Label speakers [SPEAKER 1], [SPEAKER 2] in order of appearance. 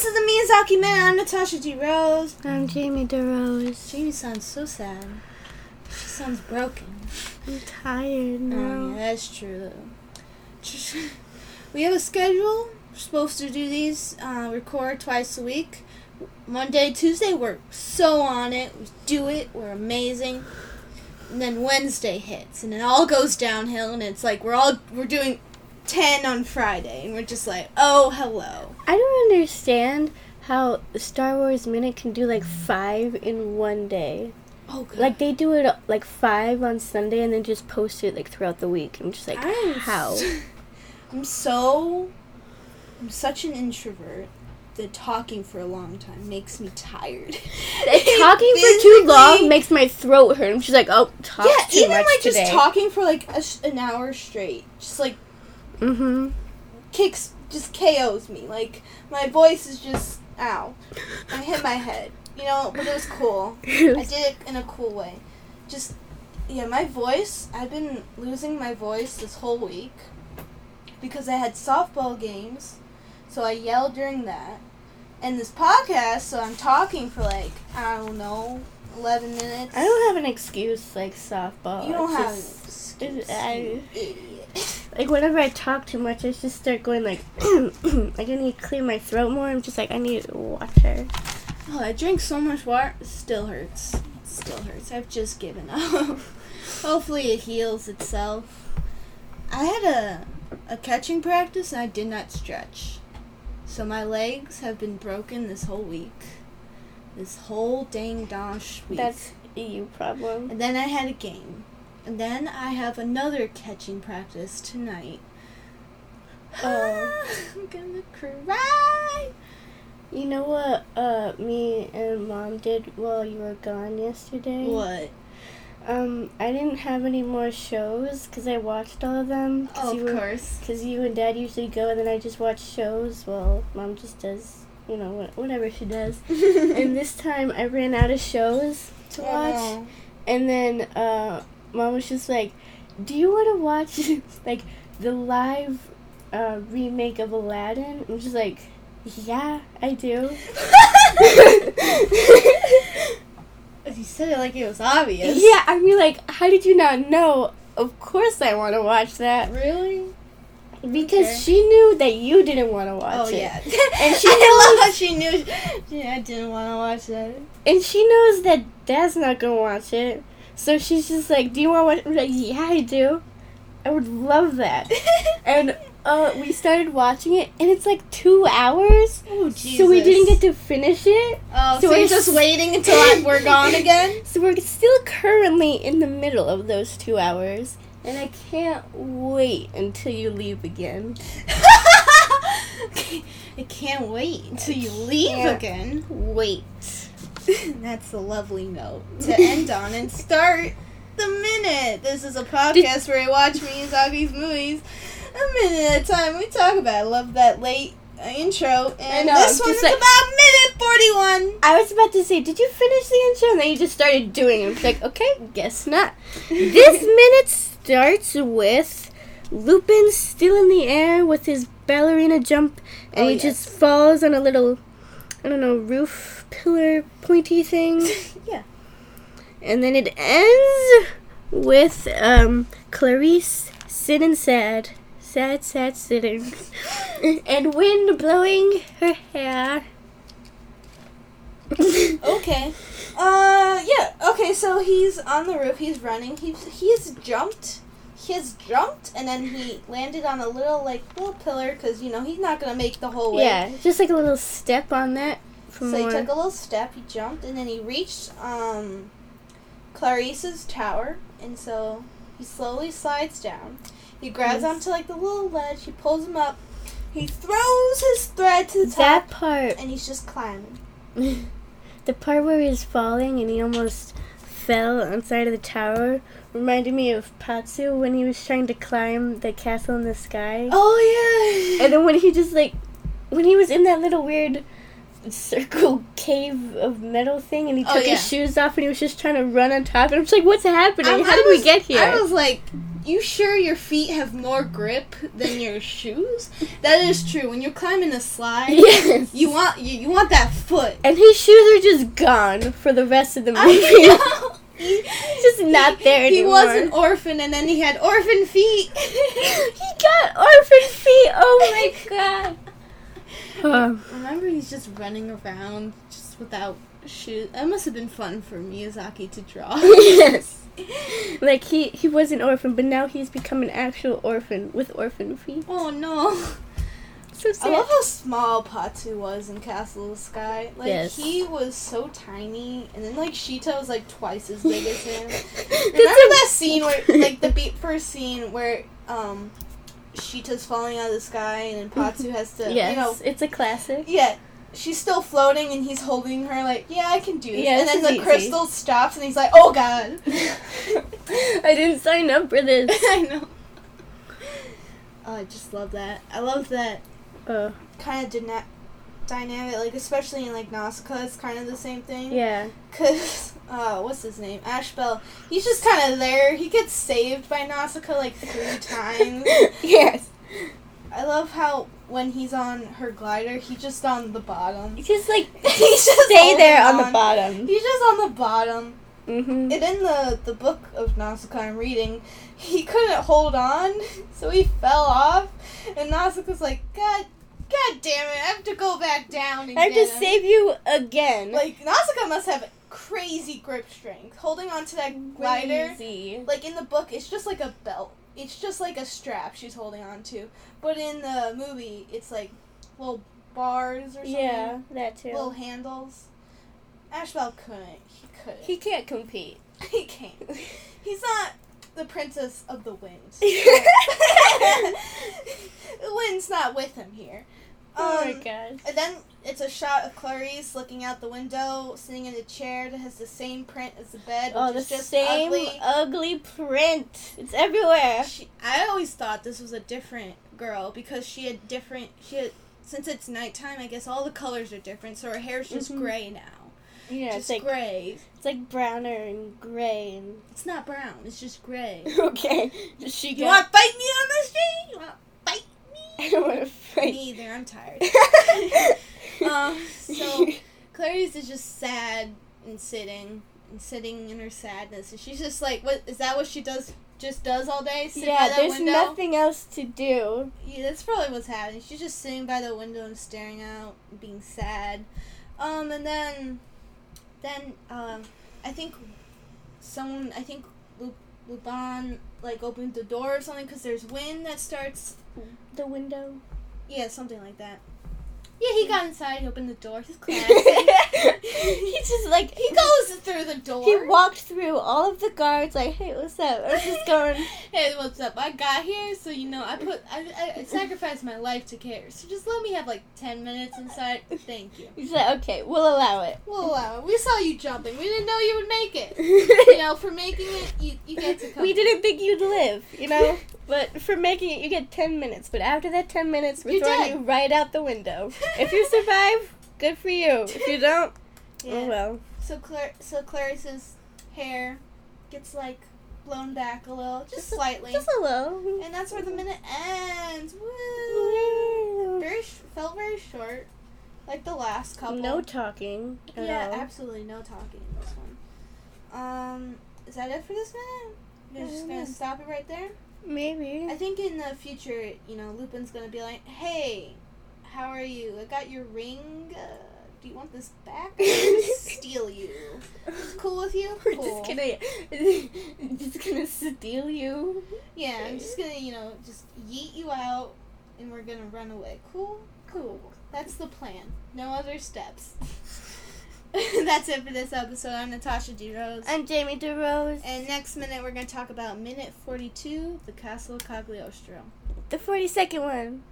[SPEAKER 1] Kawasaki Man. I'm Natasha G. Rose.
[SPEAKER 2] I'm Jamie DeRose.
[SPEAKER 1] Jamie sounds so sad. She sounds broken.
[SPEAKER 2] I'm tired
[SPEAKER 1] Oh, yeah,
[SPEAKER 2] now.
[SPEAKER 1] that's true. Though. Just- we have a schedule. We're supposed to do these, uh, record twice a week. Monday, Tuesday, we're so on it. We do it. We're amazing. And then Wednesday hits, and it all goes downhill. And it's like we're all we're doing ten on Friday, and we're just like, oh hello.
[SPEAKER 2] I don't understand how Star Wars Minute can do like five in one day.
[SPEAKER 1] Oh god.
[SPEAKER 2] Like they do it like five on Sunday and then just post it like throughout the week. I'm just like,
[SPEAKER 1] I'm
[SPEAKER 2] how?
[SPEAKER 1] s- I'm so. I'm such an introvert that talking for a long time makes me tired.
[SPEAKER 2] Talking for too long makes my throat hurt. I'm just like, oh, talk
[SPEAKER 1] yeah,
[SPEAKER 2] too
[SPEAKER 1] even
[SPEAKER 2] much
[SPEAKER 1] like
[SPEAKER 2] today.
[SPEAKER 1] just talking for like a sh- an hour straight, just like
[SPEAKER 2] Mm-hmm.
[SPEAKER 1] kicks, just KOs me. Like my voice is just ow. I hit my head, you know. But it was cool. I did it in a cool way. Just yeah, my voice. I've been losing my voice this whole week because I had softball games, so I yelled during that, and this podcast. So I'm talking for like I don't know, eleven minutes.
[SPEAKER 2] I don't have an excuse like softball.
[SPEAKER 1] You don't
[SPEAKER 2] It's
[SPEAKER 1] have
[SPEAKER 2] just-
[SPEAKER 1] an
[SPEAKER 2] it-
[SPEAKER 1] excuse,
[SPEAKER 2] I-
[SPEAKER 1] you idiot.
[SPEAKER 2] Like whenever I talk too much, I just start going like, like I need to clear my throat more. I'm just like, I need water.
[SPEAKER 1] Oh, I drink so much water. Still hurts. Still hurts. I've just given up. Hopefully, it heals itself. I had a a catching practice and I did not stretch, so my legs have been broken this whole week. This whole dang dosh week.
[SPEAKER 2] That's a you problem.
[SPEAKER 1] And then I had a game. And then I have another catching practice tonight.
[SPEAKER 2] Oh.
[SPEAKER 1] I'm gonna cry.
[SPEAKER 2] You know what uh, me and mom did while you were gone yesterday?
[SPEAKER 1] What?
[SPEAKER 2] Um, I didn't have any more shows because I watched all of them.
[SPEAKER 1] Oh,
[SPEAKER 2] you
[SPEAKER 1] of course.
[SPEAKER 2] Because you and dad usually go, and then I just watch shows while mom just does, you know, wha- whatever she does. and this time I ran out of shows to watch. And then uh, mom was just like, "Do you want to watch like the live uh, remake of Aladdin?" I'm just like, "Yeah, I do."
[SPEAKER 1] you said it like it was obvious.
[SPEAKER 2] Yeah, I mean, like, how did you not know? Of course, I want to watch that
[SPEAKER 1] Really?
[SPEAKER 2] because
[SPEAKER 1] Okay.
[SPEAKER 2] she knew that you didn't want to watch
[SPEAKER 1] oh
[SPEAKER 2] it.
[SPEAKER 1] yeah.
[SPEAKER 2] And she
[SPEAKER 1] I love how she knew. Yeah, I didn't want to watch that.
[SPEAKER 2] and she knows that Dad's not gonna watch it, so she's just like, "Do you want to watch?" I'm like, "Yeah, I do. I would love that." and uh, we started watching it, and it's like two hours,
[SPEAKER 1] oh Jesus.
[SPEAKER 2] so we didn't get to finish it.
[SPEAKER 1] Oh,
[SPEAKER 2] so
[SPEAKER 1] so, you're
[SPEAKER 2] it's-
[SPEAKER 1] just waiting until I, we're gone again?
[SPEAKER 2] So we're still currently in the middle of those two hours, and I can't wait until you leave again.
[SPEAKER 1] I can't wait until you leave
[SPEAKER 2] can't.
[SPEAKER 1] again.
[SPEAKER 2] Wait.
[SPEAKER 1] That's a lovely note to end on and start the minute. This is a podcast where I watch Miyazaki's movies a minute at a time. We talk about. it. I love that late uh, intro, and
[SPEAKER 2] know,
[SPEAKER 1] this
[SPEAKER 2] I'm
[SPEAKER 1] one is
[SPEAKER 2] just like-
[SPEAKER 1] about minute forty-one.
[SPEAKER 2] I was about to say, did you finish the intro? And then you just started doing it. It's like, okay, guess not. This minute starts with Lupin still in the air with his ballerina jump, and
[SPEAKER 1] Oh,
[SPEAKER 2] he
[SPEAKER 1] yes.
[SPEAKER 2] just falls on a little, I don't know, roof pillar pointy thing.
[SPEAKER 1] yeah.
[SPEAKER 2] And then it ends with um, Clarice sitting sad, sad, sad sitting, and wind blowing her hair.
[SPEAKER 1] Okay. Uh, yeah. Okay, so he's on the roof. He's running. He's he's jumped. He has jumped, and then he landed on a little like little pillar because you know he's not gonna make the whole way.
[SPEAKER 2] Yeah, just like a little step on that. For
[SPEAKER 1] So he
[SPEAKER 2] more.
[SPEAKER 1] took a little step, he jumped, and then he reached um, Clarice's tower. And so he slowly slides down. He grabs
[SPEAKER 2] Yes.
[SPEAKER 1] onto like the little ledge, he pulls him up, he throws his thread to the top,
[SPEAKER 2] that part,
[SPEAKER 1] and he's just climbing.
[SPEAKER 2] the part where he was falling and he almost fell outside of the tower, reminded me of Patsu when he was trying to climb the castle in the sky.
[SPEAKER 1] Oh,
[SPEAKER 2] And then when he just like, when he was in that little weird circle cave of metal thing and he
[SPEAKER 1] Oh,
[SPEAKER 2] took
[SPEAKER 1] yeah.
[SPEAKER 2] his shoes off and he was just trying to run on top and I'm just like, what's happening?
[SPEAKER 1] I'm-
[SPEAKER 2] How
[SPEAKER 1] I
[SPEAKER 2] did
[SPEAKER 1] was-
[SPEAKER 2] we get here?
[SPEAKER 1] I was like, you sure your feet have more grip than your shoes? That is true. When you're climbing a slide,
[SPEAKER 2] Yes.
[SPEAKER 1] you want you, you want that foot.
[SPEAKER 2] And his shoes are just gone for the rest of the movie.
[SPEAKER 1] I know. He-
[SPEAKER 2] Just not there
[SPEAKER 1] he,
[SPEAKER 2] anymore.
[SPEAKER 1] He was an orphan, and then he had orphan feet.
[SPEAKER 2] he got orphan feet. Oh my god.
[SPEAKER 1] Remember, he's just running around just without shoes. That must have been fun for Miyazaki to draw.
[SPEAKER 2] yes. Like he he was an orphan, but now he's become an actual orphan with orphan feet.
[SPEAKER 1] oh no.
[SPEAKER 2] So
[SPEAKER 1] I
[SPEAKER 2] sad.
[SPEAKER 1] love how small Patu was in Castle of the Sky. Like
[SPEAKER 2] Yes.
[SPEAKER 1] he was so tiny, and then like Shito was like twice as big as him. Remember
[SPEAKER 2] That's a-
[SPEAKER 1] that scene where, like, the beat first scene where um, Shito's falling out of the sky, and then Patu has to,
[SPEAKER 2] Yes,
[SPEAKER 1] you know,
[SPEAKER 2] it's a classic.
[SPEAKER 1] yeah. She's still floating, and he's holding her like, yeah, I can do this.
[SPEAKER 2] Yeah,
[SPEAKER 1] and
[SPEAKER 2] this
[SPEAKER 1] then
[SPEAKER 2] is
[SPEAKER 1] the
[SPEAKER 2] easy.
[SPEAKER 1] crystal stops, and he's like, oh god.
[SPEAKER 2] I didn't sign up for this.
[SPEAKER 1] I know. Oh, I just love that. I love that
[SPEAKER 2] Oh,
[SPEAKER 1] kind of dyna- dynamic, like especially in like Nausicaa, it's kind of the same thing.
[SPEAKER 2] yeah.
[SPEAKER 1] Cause uh, what's his name? Ash Bell. He's just kind of there. He gets saved by Nausicaa like three times.
[SPEAKER 2] yes.
[SPEAKER 1] I love how when he's on her glider, he's just on the bottom.
[SPEAKER 2] Just like
[SPEAKER 1] He's just
[SPEAKER 2] stay there on
[SPEAKER 1] holding
[SPEAKER 2] the bottom.
[SPEAKER 1] He's just on the bottom.
[SPEAKER 2] Mm-hmm.
[SPEAKER 1] And in the the book of Nausicaa I'm reading, he couldn't hold on, so he fell off. And Nausicaa's like, God, God damn it! I have to go back down. And
[SPEAKER 2] I have
[SPEAKER 1] get
[SPEAKER 2] to
[SPEAKER 1] him."
[SPEAKER 2] save you again.
[SPEAKER 1] Like Nausicaa must have crazy grip strength. Holding onto that glider,
[SPEAKER 2] Crazy.
[SPEAKER 1] like in the book, it's just like a belt. It's just like a strap she's holding onto. But in the movie, it's like little bars or something,
[SPEAKER 2] Yeah, that too.
[SPEAKER 1] little handles. Ashbel couldn't. He couldn't.
[SPEAKER 2] he can't compete. Oh
[SPEAKER 1] He, can't. He's not the princess of the wind. the wind's not with him here.
[SPEAKER 2] oh my
[SPEAKER 1] Um,
[SPEAKER 2] gosh.
[SPEAKER 1] and then it's a shot of Clarice looking out the window, sitting in a chair that has the same print as the bed,
[SPEAKER 2] Oh,
[SPEAKER 1] which
[SPEAKER 2] the
[SPEAKER 1] is just
[SPEAKER 2] same uh,
[SPEAKER 1] ugly.
[SPEAKER 2] ugly print. It's everywhere.
[SPEAKER 1] She, I always thought this was a different girl because she had different. She had, since it's nighttime, I guess all the colors are different, so her hair's just
[SPEAKER 2] Mhm.
[SPEAKER 1] gray now,
[SPEAKER 2] Yeah,
[SPEAKER 1] just
[SPEAKER 2] it's like
[SPEAKER 1] gray.
[SPEAKER 2] it's like browner and gray and
[SPEAKER 1] It's not brown. It's just gray.
[SPEAKER 2] okay. She
[SPEAKER 1] you want to fight me on the street? You want to fight me?
[SPEAKER 2] I don't want to
[SPEAKER 1] Me
[SPEAKER 2] fight.
[SPEAKER 1] either. I'm tired. Um, so- Clarice is just sad and sitting and sitting in her sadness. And she's just like, what is that? What she does? Just does all day? Sit by
[SPEAKER 2] yeah,
[SPEAKER 1] that
[SPEAKER 2] there's
[SPEAKER 1] window?
[SPEAKER 2] nothing else to do.
[SPEAKER 1] Yeah, that's probably what's happening. She's just sitting by the window and staring out, and being sad. Um, and then, then um, I think someone, I think Lu- Luban like opened the door or something because there's wind that starts.
[SPEAKER 2] The window.
[SPEAKER 1] Yeah, something like that. Yeah, he got inside. He opened the door. He's classy.
[SPEAKER 2] he just like
[SPEAKER 1] he goes through the door.
[SPEAKER 2] He walked through all of the guards like, hey, what's up? I was just going.
[SPEAKER 1] hey, what's up? I got here, so you know, I put, I, I, I sacrificed my life to care. So just let me have like ten minutes inside. Thank you.
[SPEAKER 2] He's like, okay, we'll allow it.
[SPEAKER 1] Well, uh, we saw you jumping. We didn't know you would make it. You
[SPEAKER 2] you
[SPEAKER 1] know, for making it, you, you get to come.
[SPEAKER 2] we didn't think you'd live, you know. But for making it, you get ten minutes. But after that ten minutes, we're
[SPEAKER 1] You're
[SPEAKER 2] throwing
[SPEAKER 1] dead.
[SPEAKER 2] you right out the window. if you survive, good for you. If you don't,
[SPEAKER 1] Yeah.
[SPEAKER 2] oh well.
[SPEAKER 1] So Clar- so Clarice's hair gets like blown back a little, just,
[SPEAKER 2] a-
[SPEAKER 1] slightly,
[SPEAKER 2] just a little.
[SPEAKER 1] and that's where the minute ends. Woo!
[SPEAKER 2] Wow.
[SPEAKER 1] Very sh- felt very short, like the last couple.
[SPEAKER 2] No talking at
[SPEAKER 1] yeah,
[SPEAKER 2] all.
[SPEAKER 1] absolutely no talking in this one. Um, is that it for this minute? We're
[SPEAKER 2] I
[SPEAKER 1] just
[SPEAKER 2] don't
[SPEAKER 1] gonna
[SPEAKER 2] know.
[SPEAKER 1] stop it right there.
[SPEAKER 2] Maybe.
[SPEAKER 1] I think in the future, you know, Lupin's gonna be like, "Hey, how are you? I got your ring. Uh, do you want this back? Or did I steal you? It's cool with you?
[SPEAKER 2] We're
[SPEAKER 1] Cool.
[SPEAKER 2] just gonna, just gonna steal you.
[SPEAKER 1] Yeah, I'm just gonna, you know, just yeet you out, and we're gonna run away. Cool, cool. That's the plan. No other steps. That's it for this episode. I'm Natasha D Rose.
[SPEAKER 2] I'm Jamie DeRose.
[SPEAKER 1] and next minute, we're going to talk about minute 42, the Castle of Cagliostro.
[SPEAKER 2] the 42nd one.